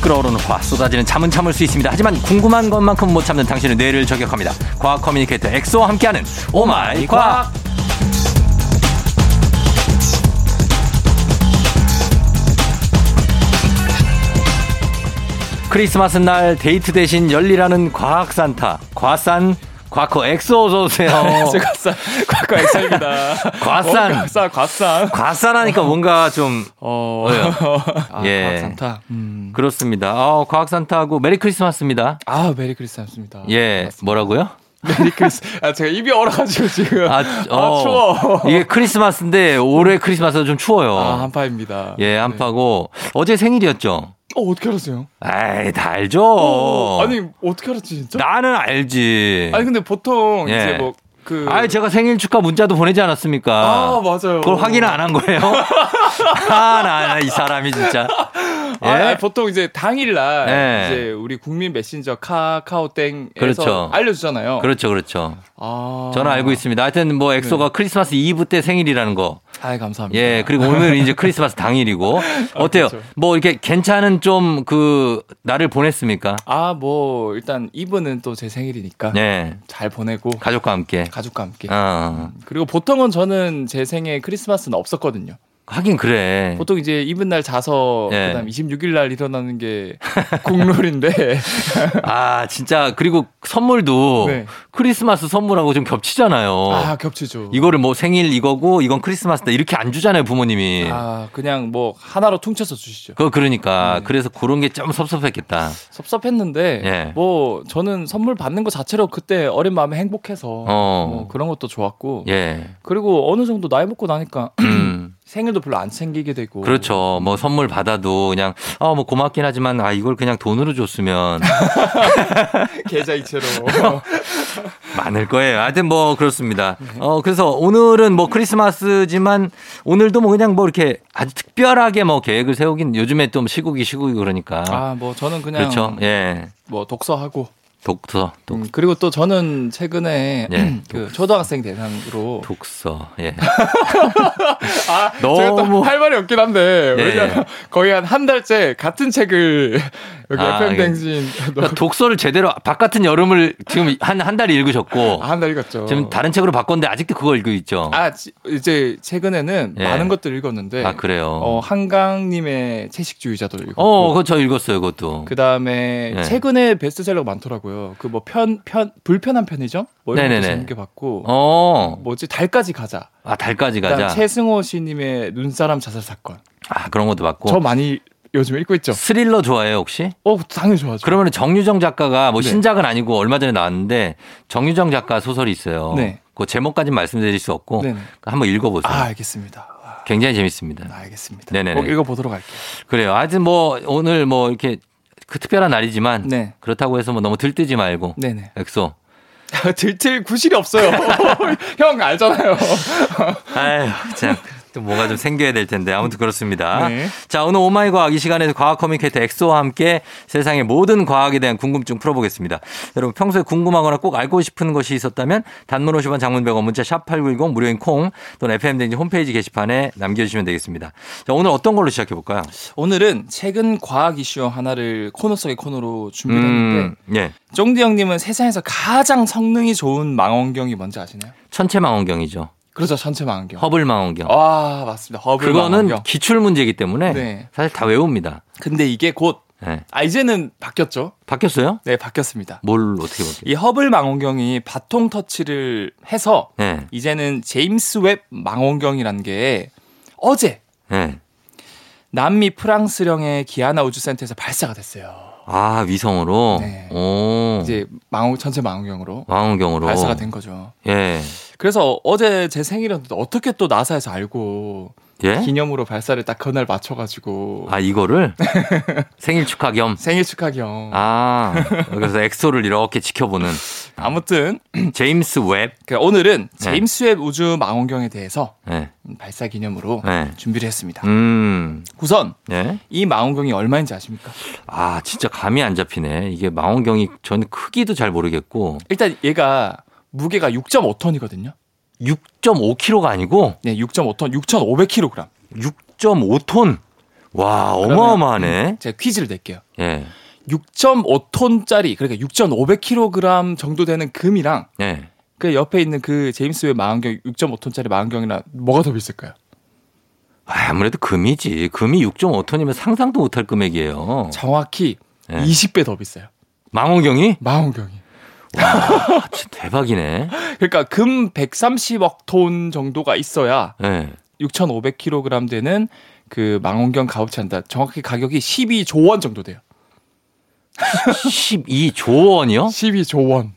끓어오르는 화 쏟아지는 잠은 참을 수 있습니다. 하지만 궁금한 것만큼 못 참는 당신의 뇌를 저격합니다. 과학 커뮤니케이터 엑소와 함께하는 오마이 과학. 크리스마스 날 데이트 대신 열리라는 과학 산타 과산 과코 엑소 어서 오세요. 과산, 과과 엑사입니다. 어, 과산. 과산, 과산. 과산하니까 뭔가 좀 어, 아, 예. 과학 산타. 음. 그렇습니다. 어, 과학 산타하고 메리 크리스마스입니다. 아, 메리 크리스마스입니다. 예, 뭐라고요? 메리 크리스. 아, 제가 입이 얼어가지고 지금. 아, 어, 추워. 이게 크리스마스인데 올해 크리스마스는 좀 추워요. 아, 한파입니다. 예, 한파고 어제 생일이었죠. 네. 어, 어떻게 알았어요? 에이, 다 알죠. 어, 아니, 어떻게 알았지, 진짜? 나는 알지. 아니, 근데 보통 예. 이제 뭐, 그. 아이, 제가 생일 축하 문자도 보내지 않았습니까? 아, 맞아요. 그걸 확인을 안 한 거예요? 아, 나, 나이 사람이 진짜. 예? 아, 아니, 보통 이제 당일날 예. 이제 우리 국민 메신저 카카오땡에서 그렇죠. 알려주잖아요. 그렇죠, 그렇죠. 아. 네. 저는 알고 있습니다. 하여튼 뭐 엑소가 크리스마스 이브 때 생일이라는 거. 아, 감사합니다. 예, 그리고 오늘 이제 크리스마스 당일이고. 어때요? 그렇죠. 뭐 이렇게 괜찮은 좀 그 날을 보냈습니까? 아, 뭐 일단 이분은 또 제 생일이니까 예. 잘 보내고 가족과 함께. 가족과 함께. 어, 아. 그리고 보통은 저는 제 생에 크리스마스는 없었거든요. 하긴 그래. 보통 이제 이분 날 자서 음. 예. 그다음 26일 날 일어나는 게 국룰인데 아, 진짜. 그리고 선물도 네. 크리스마스 선물하고 좀 겹치잖아요. 아 겹치죠. 어. 이거를 뭐 생일 이거고 이건 크리스마스다 이렇게 안 주잖아요, 부모님이. 아 그냥 뭐 하나로 퉁쳐서 주시죠. 그거 그러니까. 네. 그래서 그런 게 좀 섭섭했겠다. 섭섭했는데 예. 뭐 저는 선물 받는 것 자체로 그때 어린 마음에 행복해서 어. 뭐 그런 것도 좋았고 예. 그리고 어느 정도 나이 먹고 나니까 음. 생일도 별로 안 챙기게 되고 그렇죠. 뭐 선물 받아도 그냥 아 뭐 고맙긴 하지만 아 이걸 그냥 돈으로 줬으면 계좌 이체로 많을 거예요. 하여튼 뭐 그렇습니다. 어 그래서 오늘은 뭐 크리스마스지만 오늘도 뭐 그냥 뭐 이렇게 아주 특별하게 뭐 계획을 세우긴 요즘에 좀 시국이 시국이 그러니까 아 뭐 저는 그냥 그렇죠. 예. 뭐 독서하고 독서, 독, 음, 그리고 또 저는 최근에 예. 그 초등학생 대상으로 독서. 예. 아 제가 또 너무- 할 말이 없긴 한데 예, 왜냐면 거의 한 한 달째 같은 책을 여기 아, FM 예. 댕진 그러니까 독서를 제대로 바깥은 여름을 지금 한 한 달 읽으셨고 아, 한 달 읽었죠. 어. 지금 다른 책으로 바꿨는데 아직도 그거 읽고 있죠. 어. 아 지- 이제 최근에는 예. 많은 것들 읽었는데 아, 그래요. 어, 한강님의 채식주의자도 읽었고 어, 그거 저 읽었어요, 그것도. 그 다음에 예. 최근에 베스트셀러가 많더라고요. 그 뭐 편 편 불편한 편의점 뭐 이런 것도 네네네. 재밌게 봤고 어. 뭐지 달까지 가자. 아, 달까지 그다음 가자. 최승호 씨님의 눈사람 자살 사건. 아, 그런 것도 봤고. 저 많이 요즘 읽고 있죠. 스릴러 좋아해요, 혹시? 어 당연히 좋아하죠. 그러면 정유정 작가가 뭐 네. 신작은 아니고 얼마 전에 나왔는데 정유정 작가 소설이 있어요. 네. 그 제목까지는 말씀드릴 수 없고 네네. 한번 읽어보세요. 아 알겠습니다. 굉장히 아, 재밌습니다. 알겠습니다. 네네네. 꼭 읽어보도록 할게요. 그래요. 하여튼 뭐 오늘 뭐 이렇게 그 특별한 날이지만 네. 그렇다고 해서 뭐 너무 들뜨지 말고 네네. 엑소. 들틀 구실이 없어요. 형 알잖아요. 아휴, 참. 또 뭐가 좀 생겨야 될 텐데 아무튼 그렇습니다. 네. 자 오늘 오마이 과학 이 시간에서 과학 커뮤니케이터 엑소와 함께 세상의 모든 과학에 대한 궁금증 풀어보겠습니다. 여러분 평소에 궁금하거나 꼭 알고 싶은 것이 있었다면 단문 50원 장문 100원 문자 샵 #8910 무료인 콩 또는 FM 댕지 홈페이지 게시판에 남겨주시면 되겠습니다. 자 오늘 어떤 걸로 시작해 볼까요? 오늘은 최근 과학 이슈 하나를 코너 속의 코너로 준비했는데 음, 예, 쫑디 형님은 세상에서 가장 성능이 좋은 망원경이 뭔지 아시나요? 천체 망원경이죠. 그렇죠 전체 망원경. 허블 망원경. 아 맞습니다. 허블 그거는 망원경. 기출 문제이기 때문에 네. 사실 다 외웁니다. 근데 이게 곧 아 예. 이제는 바뀌었죠? 바뀌었어요? 네 바뀌었습니다. 뭘 어떻게 볼게요? 이 허블 망원경이 바통 터치를 해서 예, 이제는 제임스 웹 망원경이라는 게 어제 예. 남미 프랑스령의 기아나 우주센터에서 발사가 됐어요. 아 위성으로. 네. 오. 이제 망원 전체 망원경으로 망원경으로. 발사가 된 거죠. 예. 그래서 어제 제 생일이었는데 어떻게 또 나사에서 알고 예? 기념으로 발사를 딱 그날 맞춰가지고 아 이거를 생일 축하 겸. 생일 축하경. 아 그래서 엑소를 이렇게 지켜보는 아무튼 제임스 웹. 그 네. 오늘은 제임스 웹 우주 망원경에 대해서 예. 발사 기념으로 예. 준비를 했습니다. 음. 우선 예. 이 망원경이 얼마인지 아십니까? 아 진짜 감이 안 잡히네. 이게 망원경이 저는 크기도 잘 모르겠고 일단 얘가 무게가 6.5톤이거든요. 6.5kg가 아니고 네, 6.5톤, 6,500kg. 6.5톤. 와, 어마어마하네. 제가 퀴즈를 낼게요. 예. 6.5ton짜리 그러니까 6,500kg 정도 되는 금이랑 예. 그 옆에 있는 그 제임스 웹 망원경 6.5톤짜리 망원경이랑 뭐가 더 비쌀까요? 아, 아무래도 금이지. 금이 6.5톤이면 상상도 못할 금액이에요. 정확히 예. 20배 더 비싸요. 망원경이? 망원경이. 와, 아, 진짜 대박이네. 그러니까 금 130억 톤 정도가 있어야 예. 6,500kg 되는 그 망원경 가업체 한다. 정확히 가격이 12조 원 정도 돼요. 12조 어? 원이요? 12조 원.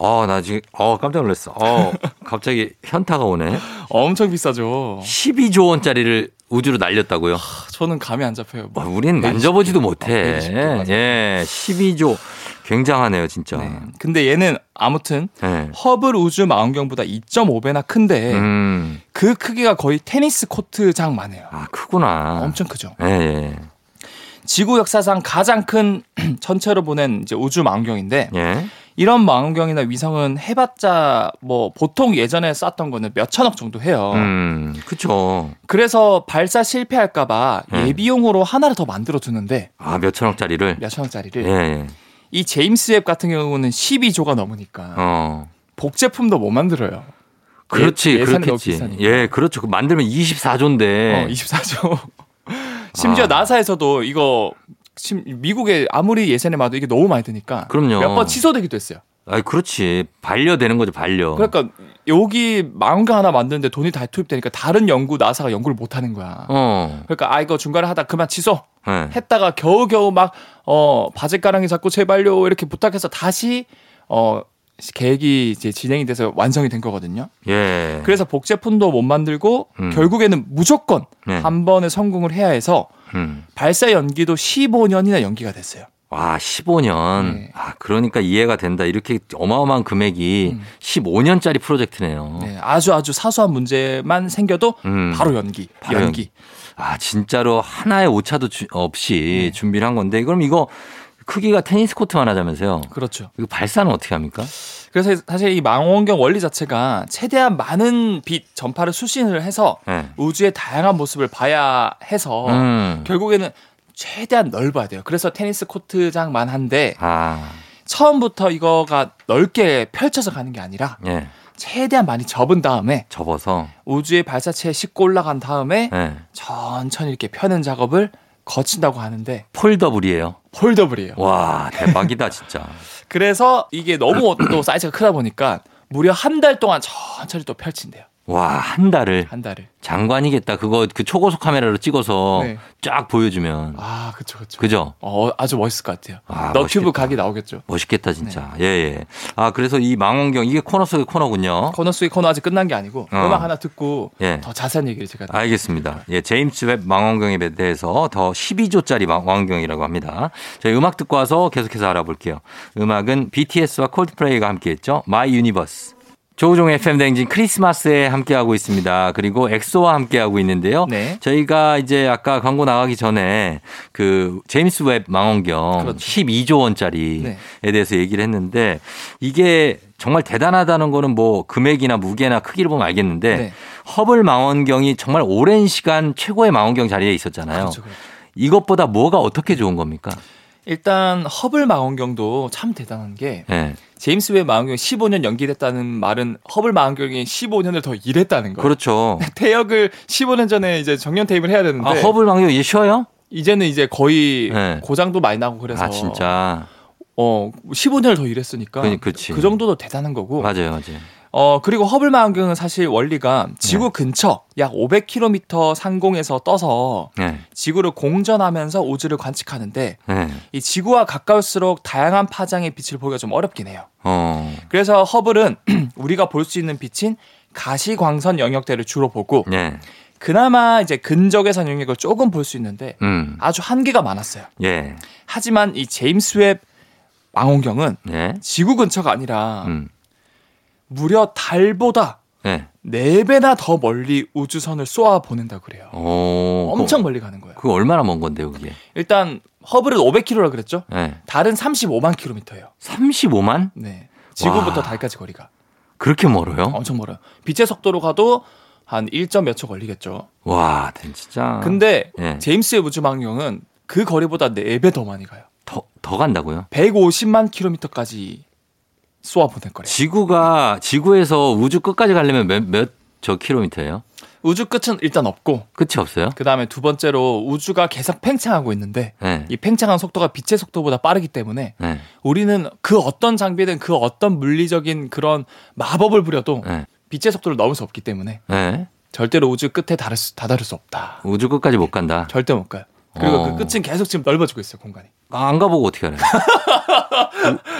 아, 나 지금, 어, 깜짝 놀랐어. 어, 갑자기 현타가 오네. 엄청 비싸죠. 12조 원짜리를 우주로 날렸다고요? 저는 감이 안 잡혀요. 뭐. 와, 우린 120조. 만져보지도 어, 못해. 120조 맞아요. 예, 12조. 굉장하네요, 진짜. 네. 근데 얘는 아무튼 예. 허블 우주 망원경보다 2.5배나 큰데 음, 그 크기가 거의 테니스 코트장만 해요. 아, 크구나. 엄청 크죠. 예, 예. 지구 역사상 가장 큰 천체로 보낸 이제 우주 망원경인데 예. 이런 망원경이나 위성은 해봤자 뭐 보통 예전에 쐈던 거는 몇 천억 정도 해요. 음, 그쵸. 그래서 발사 실패할까봐 음. 예비용으로 하나를 더 만들어 두는데 아, 몇천억짜리를? 몇 천억짜리를 예, 예. 이 제임스 웹 같은 경우는 12조가 넘으니까 어. 복제품도 못 만들어요. 그렇지, 예- 예산이 너무 그렇겠지. 비싸니까. 예, 그렇죠. 그 만들면 24조인데. 어, 24조. 심지어 네. 아. 나사에서도 이거 심- 미국에 아무리 예산이 많아도 이게 너무 많이 드니까 그럼요. 몇 번 취소되기도 했어요. 아, 그렇지. 반려되는 거죠, 반려. 그러니까 여기 망원경 하나 만드는데 돈이 다 투입되니까 다른 연구 나사가 연구를 못 하는 거야. 어. 그러니까 아 이거 중간에 하다 그만 취소 예. 했다가 겨우겨우 막 어 바짓가랑이 잡고 제발요 이렇게 부탁해서 다시 어 계획이 이제 진행이 돼서 완성이 된 거거든요. 예. 그래서 복제품도 못 만들고 음. 결국에는 무조건 예. 한 번에 성공을 해야 해서 음. 발사 연기도 15년이나 연기가 됐어요. 와, 15년. 네. 아, 그러니까 이해가 된다. 이렇게 어마어마한 금액이 15년짜리 프로젝트네요. 음. 네, 아주 아주 사소한 문제만 생겨도 어. 음. 바로 연기, 바로 연기. 아, 진짜로 하나의 오차도 주- 네. 없이 준비를 한 건데, 그럼 이거 크기가 테니스 코트만 하자면서요. 그렇죠. 이거 발사는 어떻게 합니까? 그래서 사실 이 망원경 원리 자체가 최대한 많은 빛 전파를 수신을 해서 예. 우주의 다양한 모습을 봐야 해서 음. 결국에는 최대한 넓어야 돼요. 그래서 테니스 코트장만 한데 아, 처음부터 이거가 넓게 펼쳐서 가는 게 아니라 예. 최대한 많이 접은 다음에 접어서. 우주의 발사체에 싣고 올라간 다음에 예. 천천히 이렇게 펴는 작업을 거친다고 하는데 폴더블이에요. 폴더블이에요. 와, 대박이다, 진짜. 그래서 이게 너무 또 사이즈가 크다 보니까 무려 한 달 동안 천천히 또 펼친대요. 와, 한 달을. 한 달을. 장관이겠다. 그거 그 초고속 카메라로 찍어서 네. 쫙 보여주면. 아, 그쵸, 그쵸. 그죠? 어, 아주 멋있을 것 같아요. 아, 너튜브 멋있겠다. 각이 나오겠죠. 멋있겠다 진짜. 예 네. 예. 아 그래서 이 망원경 이게 코너 속의 코너군요. 코너 속의 코너 아직 끝난 게 아니고 어. 음악 하나 듣고 예. 더 자세한 얘기를 제가 알겠습니다. 예, 제임스 웹 망원경에 대해서 더 12조짜리 망원경이라고 합니다. 저희 음악 듣고 와서 계속해서 알아볼게요. 음악은 BTS와 콜드플레이가 함께했죠. 마이 유니버스. 조우종의 FM 댕진 크리스마스에 함께하고 있습니다. 그리고 엑소와 함께하고 있는데요. 네. 저희가 이제 아까 광고 나가기 전에 그 제임스 웹 망원경 그렇죠. 12조 원짜리에 네. 대해서 얘기를 했는데 이게 정말 대단하다는 거는 뭐 금액이나 무게나 크기를 보면 알겠는데 네. 허블 망원경이 정말 오랜 시간 최고의 망원경 자리에 있었잖아요. 그렇죠, 그렇죠. 이것보다 뭐가 어떻게 좋은 겁니까? 일단 허블 망원경도 참 대단한 게 예. 제임스 웹 망원경 15년 연기됐다는 말은 허블 망원경이 15년을 더 일했다는 거예요. 그렇죠. 태역을 15년 전에 이제 정년 퇴임을 해야 되는데 아, 허블 망원경 이제 쉬어요? 이제는 이제 거의 네. 고장도 많이 나고 그래서 아, 진짜. 어 15년을 더 일했으니까 그니- 그치. 그 정도도 대단한 거고 그러니까. 맞아요, 맞아요. 어 그리고 허블 망원경은 사실 원리가 네. 지구 근처 약 500km 상공에서 떠서 예. 지구를 공전하면서 우주를 관측하는데 예. 이 지구와 가까울수록 다양한 파장의 빛을 보기가 좀 어렵긴 해요. 어. 그래서 허블은 우리가 볼 수 있는 빛인 가시광선 영역대를 주로 보고 예. 그나마 이제 근적외선 영역을 조금 볼 수 있는데 음. 아주 한계가 많았어요. 예. 하지만 이 제임스 웹 망원경은 예. 지구 근처가 아니라 음. 무려 달보다 예. 네배나더 멀리 우주선을 쏘아 보낸다 그래요. 오. 엄청 멀리 가는 거예요. 그, 그 얼마나 먼 건데요, 그게? 어, 일단 허블은 500km라 그랬죠? 예. 달은 35만 킬로미터예요. 35만? 네. 지구부터 와. 달까지 거리가 그렇게 멀어요? 엄청 멀어요. 빛의 속도로 가도 한 1점 몇 초 걸리겠죠. 와, 아. 진짜. 근데 예. 제임스의 우주망원경은 그 거리보다 4배 더 많이 가요. 더, 더 간다고요? 150만 킬로미터까지 쏘아 보낼 거래요. 지구가, 지구에서 우주 끝까지 가려면 몇, 몇, 저 킬로미터예요? 우주 끝은 일단 없고 끝이 없어요? 그 다음에 두 번째로 우주가 계속 팽창하고 있는데 네. 이 팽창한 속도가 빛의 속도보다 빠르기 때문에 네. 우리는 그 어떤 장비든 그 어떤 물리적인 그런 마법을 부려도 네. 빛의 속도를 넘을 수 없기 때문에 네. 절대로 우주 끝에 다를 수, 다다를 수 없다. 우주 끝까지 못 간다. 절대 못 가요. 그리고 어. 그 끝은 계속 지금 넓어지고 있어요 공간이. 아, 안 가보고 어떻게 알아요?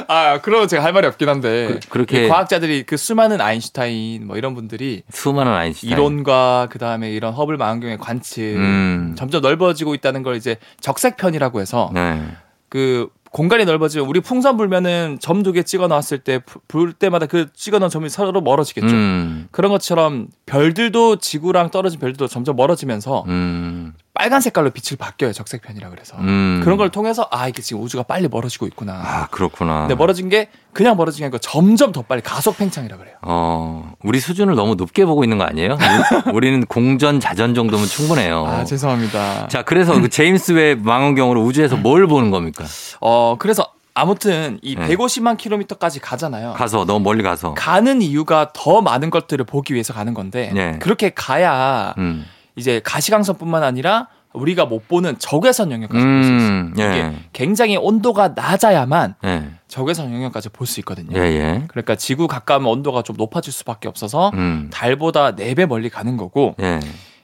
아 그러면 제가 할 말이 없긴 한데 그- 그렇게- 이 과학자들이 그 수많은 아인슈타인 뭐 이런 분들이 수많은 아인슈타인. 이론과 그 다음에 이런 허블 망원경의 관측 음. 점점 넓어지고 있다는 걸 이제 적색편이라고 해서 네. 그 공간이 넓어지면 우리 풍선 불면은 점 두 개 찍어 놨을 때 불 때마다 그 찍어 놓은 점이 서로 멀어지겠죠. 음. 그런 것처럼 별들도 지구랑 떨어진 별들도 점점 멀어지면서 음. 빨간 색깔로 빛을 바뀌어요 적색편이라 그래서 음. 그런 걸 통해서 아 이게 지금 우주가 빨리 멀어지고 있구나. 아, 그렇구나. 근데 멀어진 게 그냥 멀어진 게 아니고 점점 더 빨리 가속 팽창이라 그래요. 어, 우리 수준을 너무 높게 보고 있는 거 아니에요? 우리- 우리는 공전, 자전 정도면 충분해요. 아 죄송합니다. 자, 그래서 그 제임스 웹 망원경으로 우주에서 뭘 보는 겁니까? 어 그래서 아무튼 이 네. 150만 킬로미터까지 가잖아요. 가서, 어. 너무 멀리 가서. 가는 이유가 더 많은 것들을 보기 위해서 가는 건데 네. 그렇게 가야 음. 이제 가시광선뿐만 아니라 우리가 못 보는 적외선 영역까지 볼 수 있어요. 음, 예. 이게 굉장히 온도가 낮아야만 예. 적외선 영역까지 볼 수 있거든요. 예, 예. 그러니까 지구 가까우면 온도가 좀 높아질 수밖에 없어서 음. 달보다 4배 멀리 가는 거고 예.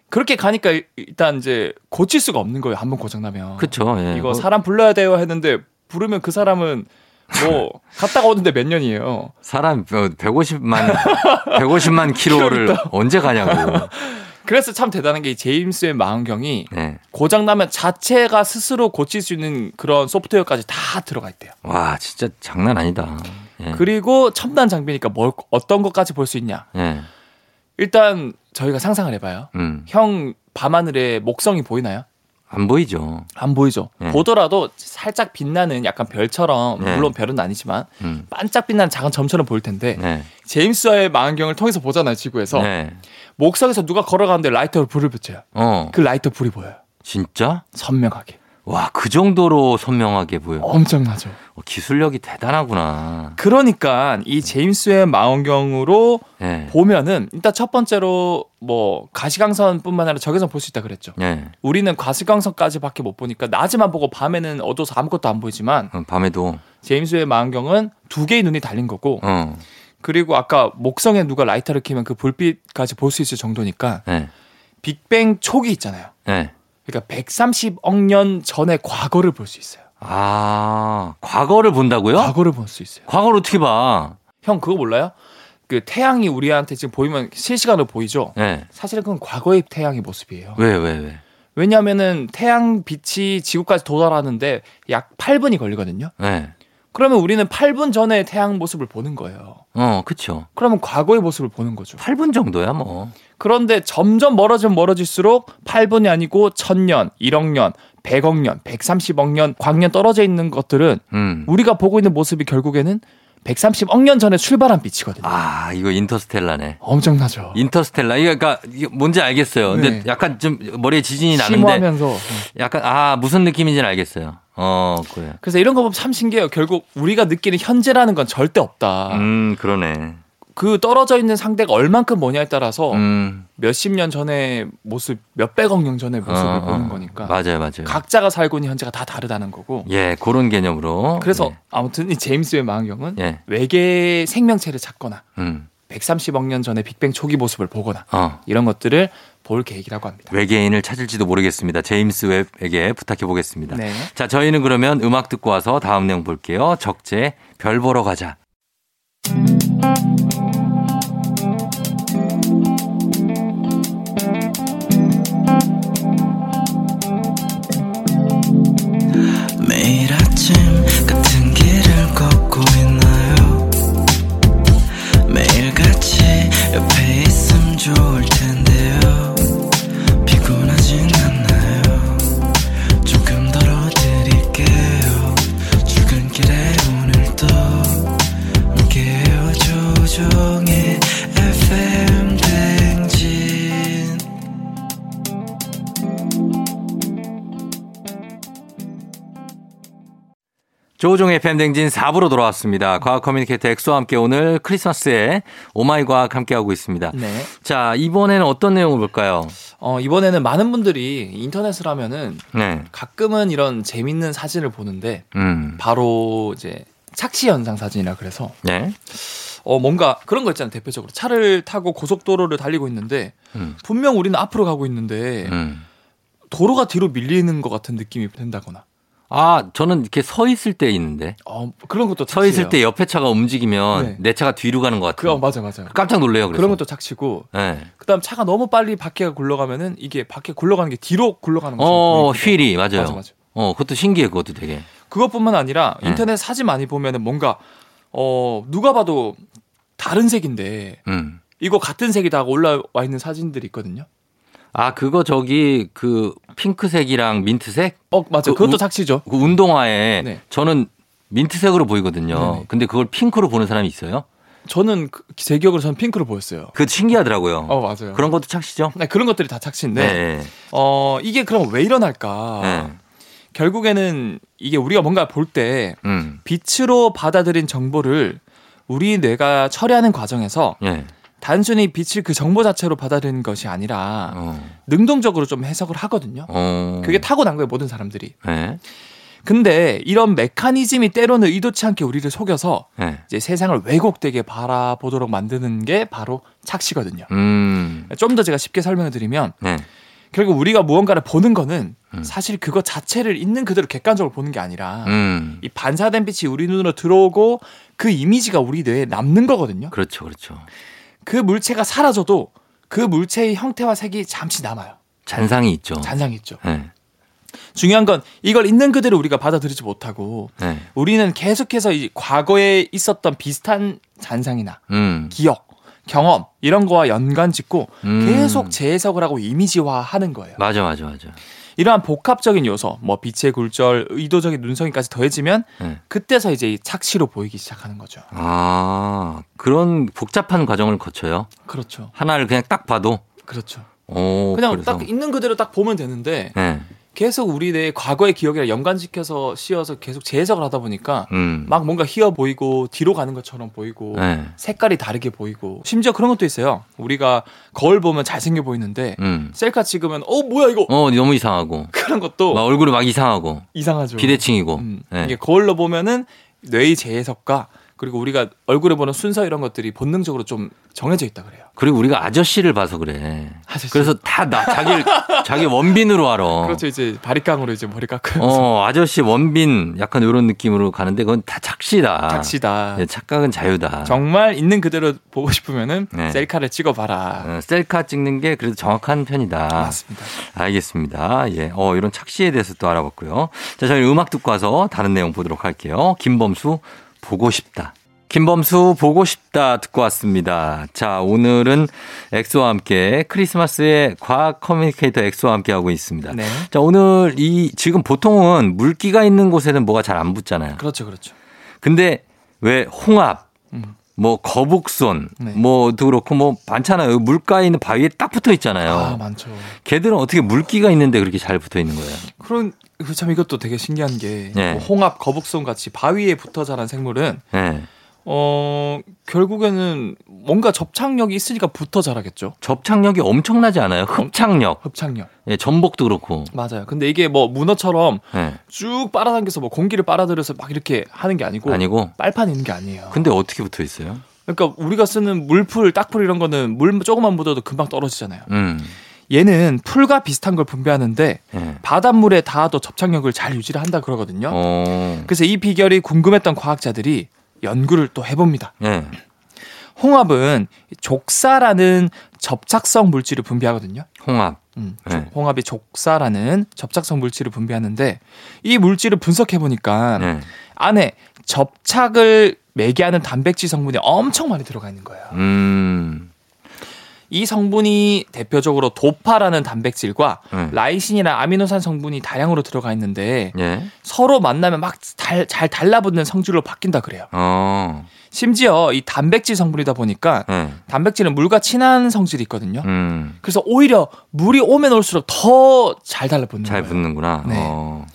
그렇게 가니까 일- 일단 이제 고칠 수가 없는 거예요. 한번 고장 나면. 그쵸. 예. 이거 사람 불러야 돼요 했는데 부르면 그 사람은 뭐 갔다가 오는데 몇 년이에요. 사람 150만 150만 킬로를 언제 가냐고. 그래서 참 대단한 게 이 제임스의 망원경이 네. 고장 나면 자체가 스스로 고칠 수 있는 그런 소프트웨어까지 다 들어가 있대요. 와, 진짜 장난 아니다. 예. 그리고 첨단 장비니까 뭘 어떤 것까지 볼 수 있냐? 예. 일단 저희가 상상을 해봐요. 음. 형 밤하늘에 목성이 보이나요? 안 보이죠. 안 보이죠. 네. 보더라도 살짝 빛나는 약간 별처럼 네. 물론 별은 아니지만 음. 반짝 빛나는 작은 점처럼 보일 텐데 네. 제임스와의 망원경을 통해서 보잖아요 지구에서 네. 목성에서 누가 걸어가는데 라이터로 불을 붙여요. 어. 그 라이터 불이 보여요. 진짜? 선명하게 와, 그 정도로 선명하게 보여. 엄청나죠. 어, 기술력이 대단하구나. 그러니까 이 제임스의 망원경으로 예. 보면은 일단 첫 번째로 뭐 가시광선뿐만 아니라 적외선 볼 수 있다 그랬죠. 예. 우리는 가시광선까지밖에 못 보니까 낮에만 보고 밤에는 어두워서 아무것도 안 보이지만 어, 밤에도 제임스의 망원경은 두 개의 눈이 달린 거고 어. 그리고 아까 목성에 누가 라이터를 켜면 그 불빛까지 볼 수 있을 정도니까 예. 빅뱅 초기 있잖아요. 예. 그러니까 130억 년 전의 과거를 볼 수 있어요. 아, 과거를 본다고요? 과거를 볼 수 있어요. 과거를 어떻게 봐? 형 그거 몰라요? 그 태양이 우리한테 지금 보이면 실시간으로 보이죠. 예. 사실은 그건 과거의 태양의 모습이에요. 왜, 왜, 왜? 왜냐하면은 태양 빛이 지구까지 도달하는데 약 8분이 걸리거든요. 예. 그러면 우리는 8분 전에 태양 모습을 보는 거예요. 어, 그쵸. 그러면 과거의 모습을 보는 거죠. 8분 정도야, 뭐. 그런데 점점 멀어지면 멀어질수록 8분이 아니고 1000년, 1억 년, 100억 년, 130억 년, 광년 떨어져 있는 것들은 음. 우리가 보고 있는 모습이 결국에는 130억 년 전에 출발한 빛이거든요. 아, 이거 인터스텔라네. 엄청나죠. 인터스텔라. 이거 그러니까 이게 뭔지 알겠어요. 근데 네. 약간 좀 머리에 지진이 나는데 음. 심오하면서. 네. 약간 아, 무슨 느낌인지는 알겠어요. 어, 그래. 그래서 이런 거 보면 참 신기해요. 결국 우리가 느끼는 현재라는 건 절대 없다. 음, 그러네. 그 떨어져 있는 상대가 얼만큼 뭐냐에 따라서 음. 몇십 년 전의 모습, 몇백억 년 전의 모습을 어, 보는 어. 거니까 맞아요, 맞아요. 각자가 살고 있는 현재가 다 다르다는 거고. 예, 그런 개념으로. 그래서 아무튼 이 제임스의 망원경은 예. 예. 외계 생명체를 찾거나 음. 130억 년 전의 빅뱅 초기 모습을 보거나 어. 이런 것들을 볼 계획이라고 합니다. 외계인을 찾을지도 모르겠습니다. 제임스 웹에게 부탁해 보겠습니다. 네. 자, 저희는 그러면 음악 듣고 와서 다음 내용 볼게요. 적재 별 보러 가자. 매일 아침 같은 길을 걷고 있나요 매일 같이 옆에 있음 좋을 텐데요 피곤하진 않나요 조금 덜어드릴게요 출근길에 오늘도 함께해요 조종의 FM 댕진 조종의 팬댕진 4부로 돌아왔습니다. 과학 커뮤니케이터 엑소와 함께 오늘 크리스마스에 오마이 과학 함께하고 있습니다. 네. 자, 이번에는 어떤 내용을 볼까요? 어, 이번에는 많은 분들이 인터넷을 하면은 네. 가끔은 이런 재밌는 사진을 보는데 음. 바로 이제 착시 현상 사진이라 그래서 네. 어 뭔가 그런 거 있잖아요 대표적으로 차를 타고 고속도로를 달리고 있는데 음. 분명 우리는 앞으로 가고 있는데 음. 도로가 뒤로 밀리는 것 같은 느낌이 든다거나 아, 저는 이렇게 서 있을 때 있는데. 어 그런 것도 서 있을 착시예요. 때 옆에 차가 움직이면 네. 내 차가 뒤로 가는 것 그 어, 같아요. 맞아 맞아요 깜짝 놀래요. 그래서. 그런 것도 착시고 네. 그다음 차가 너무 빨리 바퀴가 굴러가면은 이게 바퀴 굴러가는 게 뒤로 굴러가는 거 어, 휠이 맞아요. 맞아 맞아 어, 그것도 신기해 그것도 되게. 그것뿐만 아니라 음. 인터넷 사진 많이 보면은 뭔가 어 누가 봐도 다른 색인데 음. 이거 같은 색이다 하고 올라와 있는 사진들이 있거든요. 아, 그거 저기 그 핑크색이랑 민트색? 어그 맞아 요 그것도 우- 착시죠. 그 운동화에 네. 저는 민트색으로 보이거든요. 네네. 근데 그걸 핑크로 보는 사람이 있어요? 저는 그- 제 기억으로 저는 핑크로 보였어요. 그 신기하더라고요. 어 맞아요. 그런 것도 착시죠? 네, 아. 그런 것들이 다 착시인데 네. 어 이게 그럼 왜 일어날까? 네. 결국에는 이게 우리가 뭔가 볼 때 음. 빛으로 받아들인 정보를 우리 뇌가 처리하는 과정에서 예. 단순히 빛을 그 정보 자체로 받아들이는 것이 아니라 어. 능동적으로 좀 해석을 하거든요. 어. 그게 타고난 거예요, 모든 사람들이. 네. 근데 이런 메커니즘이 때로는 의도치 않게 우리를 속여서 네. 이제 세상을 왜곡되게 바라보도록 만드는 게 바로 착시거든요. 음. 좀 더 제가 쉽게 설명해 드리면 네. 결국 우리가 무언가를 보는 거는 음. 사실 그거 자체를 있는 그대로 객관적으로 보는 게 아니라 음. 이 반사된 빛이 우리 눈으로 들어오고 그 이미지가 우리 뇌에 남는 거거든요. 그렇죠. 그렇죠. 그 물체가 사라져도 그 물체의 형태와 색이 잠시 남아요. 잔상이 있죠. 잔상이 있죠. 네. 중요한 건 이걸 있는 그대로 우리가 받아들이지 못하고 네. 우리는 계속해서 이 과거에 있었던 비슷한 잔상이나 음. 기억, 경험 이런 거와 연관 짓고 음. 계속 재해석을 하고 이미지화하는 거예요. 맞아, 맞아, 맞아. 이러한 복합적인 요소, 뭐 빛의 굴절, 의도적인 눈성이까지 더해지면 네. 그때서 이제 이 착시로 보이기 시작하는 거죠. 아, 그런 복잡한 과정을 거쳐요. 그렇죠. 하나를 그냥 딱 봐도. 그렇죠. 오, 그냥 그래서. 딱 있는 그대로 딱 보면 되는데 네. 계속 우리 내 과거의 기억이랑 연관시켜서 씌워서 계속 재해석을 하다 보니까 음. 막 뭔가 희어 보이고 뒤로 가는 것처럼 보이고 네. 색깔이 다르게 보이고 심지어 그런 것도 있어요. 우리가 거울 보면 잘생겨 보이는데 음. 셀카 찍으면 어 뭐야 이거 어, 너무 이상하고. 그런 막 것도 얼굴이 막 이상하고. 이상하죠. 비대칭이고. 어. 음, 네. 이게 거울로 보면은 뇌의 재해석과 그리고 우리가 얼굴에 보는 순서 이런 것들이 본능적으로 좀 정해져 있다 그래요. 그리고 우리가 아저씨를 봐서 그래. 아저씨. 그래서 다 나, 자기를, 자기 원빈으로 알아. 그렇죠 이제 바리깡으로 이제 머리 깎으면서 어, 아저씨 원빈 약간 이런 느낌으로 가는데 그건 다 착시다. 착시다. 네, 착각은 자유다. 정말 있는 그대로 보고 싶으면은 네. 셀카를 찍어봐라. 어, 셀카 찍는 게 그래도 정확한 편이다. 맞습니다. 알겠습니다. 예. 어, 이런 착시에 대해서 또 알아봤고요. 자, 저희 음악 듣고 와서 다른 내용 보도록 할게요. 김범수, 보고 싶다. 김범수, 보고 싶다 듣고 왔습니다. 자, 오늘은 엑소와 함께 크리스마스에 과학 커뮤니케이터 엑소와 함께 하고 있습니다. 네. 자, 오늘 이, 지금 보통은 물기가 있는 곳에는 뭐가 잘 안 붙잖아요. 그렇죠, 그렇죠. 근데 왜 홍합, 음. 뭐 거북손, 네. 뭐도 그렇고 뭐 많잖아요. 물가에 있는 바위에 딱 붙어 있잖아요. 아 많죠. 걔들은 어떻게 물기가 있는데 그렇게 잘 붙어 있는 거예요? 그런 그 참 이것도 되게 신기한 게 네. 뭐 홍합, 거북선 같이 바위에 붙어 자란 생물은 예. 어 결국에는 뭔가 접착력이 있으니까 붙어 자라겠죠. 접착력이 엄청나지 않아요? 흡착력. 접착력. 예, 전복도 그렇고. 맞아요. 근데 이게 뭐 문어처럼 예. 쭉 빨아당겨서 뭐 공기를 빨아들여서 막 이렇게 하는 게 아니고 아니고. 빨판 있는 게 아니에요. 근데 어떻게 붙어 있어요? 그러니까 우리가 쓰는 물풀, 딱풀 이런 거는 물 조금만 묻어도 금방 떨어지잖아요. 음. 얘는 풀과 비슷한 걸 분배하는데 예. 바닷물에 닿아도 접착력을 잘 유지를 한다 그러거든요. 어. 그래서 이 비결이 궁금했던 과학자들이 연구를 또 해봅니다. 예. 홍합은 족사라는 접착성 물질을 분비하거든요. 홍합. 음, 네. 홍합이 족사라는 접착성 물질을 분비하는데 이 물질을 분석해 보니까 예. 안에 접착을 매개하는 단백질 성분이 엄청 많이 들어가 있는 거예요. 음. 이 성분이 대표적으로 도파라는 단백질과 예. 라이신이나 아미노산 성분이 다량으로 들어가 있는데 예. 서로 만나면 막 잘 달라붙는 성질로 바뀐다 그래요. 어. 심지어 이 단백질 성분이다 보니까 예. 단백질은 물과 친한 성질이 있거든요. 음. 그래서 오히려 물이 오면 올수록 더 잘 달라붙는 잘 거예요. 붙는구나. 네. 어.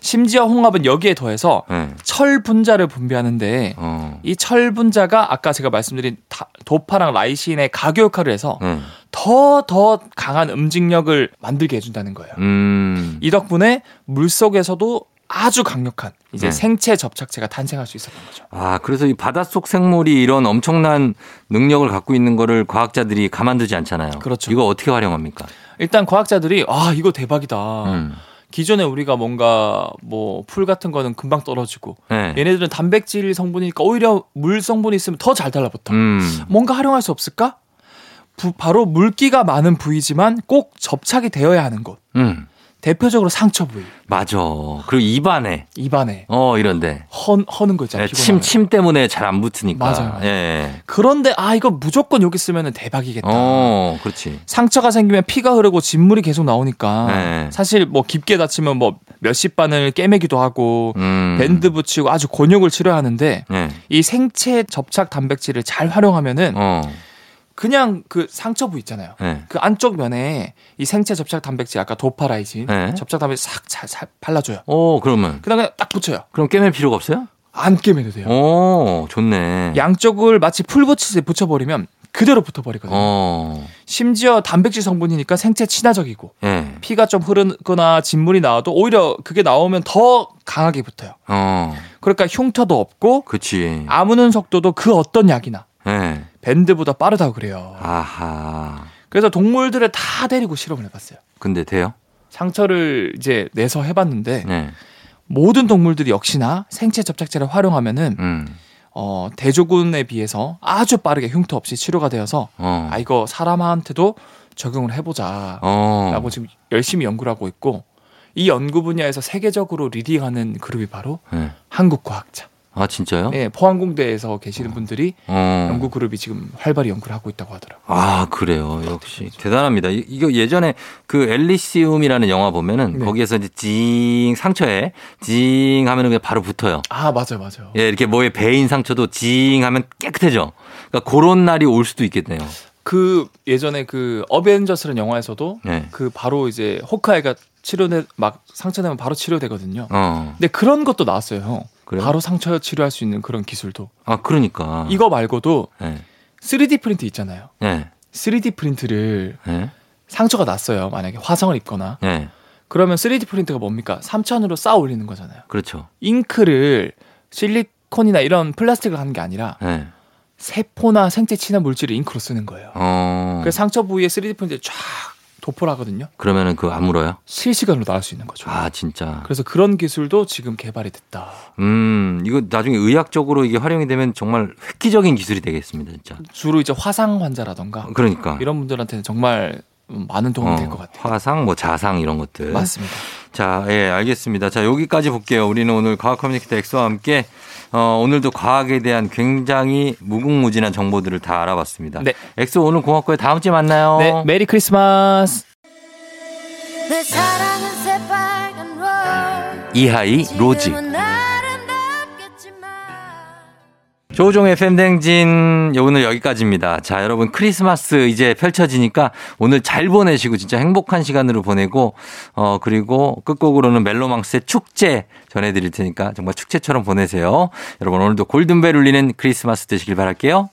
심지어 홍합은 여기에 더해서 네. 철 분자를 분비하는데 어. 이 철 분자가 아까 제가 말씀드린 다- 도파랑 라이신의 가교 역할을 해서 음. 더 더 강한 음직력을 만들게 해준다는 거예요. 음. 이 덕분에 물 속에서도 아주 강력한 이제 네. 생체 접착체가 탄생할 수 있었던 거죠. 아, 그래서 이 바닷속 생물이 이런 엄청난 능력을 갖고 있는 거를 과학자들이 가만두지 않잖아요. 그렇죠. 이거 어떻게 활용합니까? 일단 과학자들이 아 이거 대박이다. 음. 기존에 우리가 뭔가 뭐 풀 같은 거는 금방 떨어지고 네. 얘네들은 단백질 성분이니까 오히려 물 성분이 있으면 더 잘 달라붙어. 음. 뭔가 활용할 수 없을까? 부- 바로 물기가 많은 부위지만 꼭 접착이 되어야 하는 곳. 음. 대표적으로 상처 부위, 맞아. 그리고 입안에 입안에 어 이런데 예, 헌, 허는 거 있잖아요. 네, 침 침 피곤하면. 때문에 잘 안 붙으니까. 맞아요, 맞아요. 예, 예. 그런데 아 이거 무조건 여기 쓰면 대박이겠다. 어, 그렇지. 상처가 생기면 피가 흐르고 진물이 계속 나오니까 네. 사실 뭐 깊게 다치면 뭐 몇십 바늘 꿰매기도 하고 음. 밴드 붙이고 아주 곤욕을 치러야 하는데 예. 이 생체 접착 단백질을 잘 활용하면은 어. 그냥 그 상처 부 있잖아요. 예. 그 안쪽 면에 이 생체 접착 단백질 아까 도파라이신 네. 접착 단백질 싹잘 잘 발라줘요. 어, 그러면 그다음에 그냥 딱 붙여요. 그럼 깨맬 필요가 없어요? 안 깨매도 돼요. 오, 좋네. 양쪽을 마치 풀 붙이듯이 붙여버리면 그대로 붙어버리거든요. 어. 심지어 단백질 성분이니까 생체 친화적이고 예. 피가 좀 흐르거나 진물이 나와도 오히려 그게 나오면 더 강하게 붙어요. 어. 그러니까 흉터도 없고 그렇지. 아무는 속도도 그 어떤 약이나 예. 밴드보다 빠르다고 아. 그래요. 아하. 그래서 동물들을 다 데리고 실험을 해봤어요. 근데 돼요? 상처를 이제 내서 해봤는데 네. 모든 동물들이 역시나 생체 접착제를 활용하면은 음. 어, 대조군에 비해서 아주 빠르게 흉터 없이 치료가 되어서 어. 아 이거 사람한테도 적용을 해보자라고 어. 지금 열심히 연구를 하고 있고 이 연구 분야에서 세계적으로 리딩하는 그룹이 바로 예. 한국 과학자. 아, 진짜요? 예, 포항공대에서 계시는 분들이 어. 연구 그룹이 지금 활발히 연구를 하고 있다고 하더라고요. 아, 그래요. 역시 대단합니다. 이- 이거 예전에 그 엘리시움이라는 영화 보면은 네. 거기에서 이제 징 상처에 징 하면은 그냥 바로 붙어요. 아 맞아요, 맞아요. 예, 이렇게 뭐에 베인 상처도 징 하면 깨끗해져. 그러니까 그런 날이 올 수도 있겠네요. 그 예전에 그 어벤져스라는 영화에서도 예. 그 바로 이제 호크아이가 치료돼 막 상처되면 바로 치료되거든요. 어. 근데 그런 것도 나왔어요, 형. 그래요? 바로 상처 치료할 수 있는 그런 기술도. 아, 그러니까. 이거 말고도 예. 3D 프린트 있잖아요. 예. 3D 프린트를 예. 상처가 났어요. 만약에 화상을 입거나 예. 그러면 3D 프린트가 뭡니까? 삼천으로 쌓아 올리는 거잖아요. 그렇죠. 잉크를 실리콘이나 이런 플라스틱을 하는 게 아니라 예. 세포나 생체 친한 물질을 잉크로 쓰는 거예요. 어. 그래서 상처 부위에 3D 프린트를 쫙 도포를 하거든요. 그러면은 그 안 물어요? 실시간으로 나올 수 있는 거죠. 아, 진짜. 그래서 그런 기술도 지금 개발이 됐다. 음, 이거 나중에 의학적으로 이게 활용이 되면 정말 획기적인 기술이 되겠습니다, 진짜. 주로 이제 화상 환자라던가 그러니까. 아, 이런 분들한테는 정말 음, 많은 도움이 어. 될 것 같아요. 화상, 뭐 자상 이런 것들. 맞습니다. 자, 예, 알겠습니다. 자, 여기까지 볼게요. 우리는 오늘 과학 커뮤니케이터 엑소와 함께 어, 오늘도 과학에 대한 굉장히 무궁무진한 정보들을 다 알아봤습니다. 네. 엑소 오늘 고맙고요. 다음 주에 만나요. 네, 메리 크리스마스. 내 사랑은 새빨간 롤 이하이 로지. 지금은 아름답겠지만 조종의 팬댕진 오늘 여기까지입니다. 자, 여러분 크리스마스 이제 펼쳐지니까 오늘 잘 보내시고 진짜 행복한 시간으로 보내고 어 그리고 끝곡으로는 멜로망스의 축제 전해드릴 테니까 정말 축제처럼 보내세요. 여러분 오늘도 골든벨 울리는 크리스마스 되시길 바랄게요.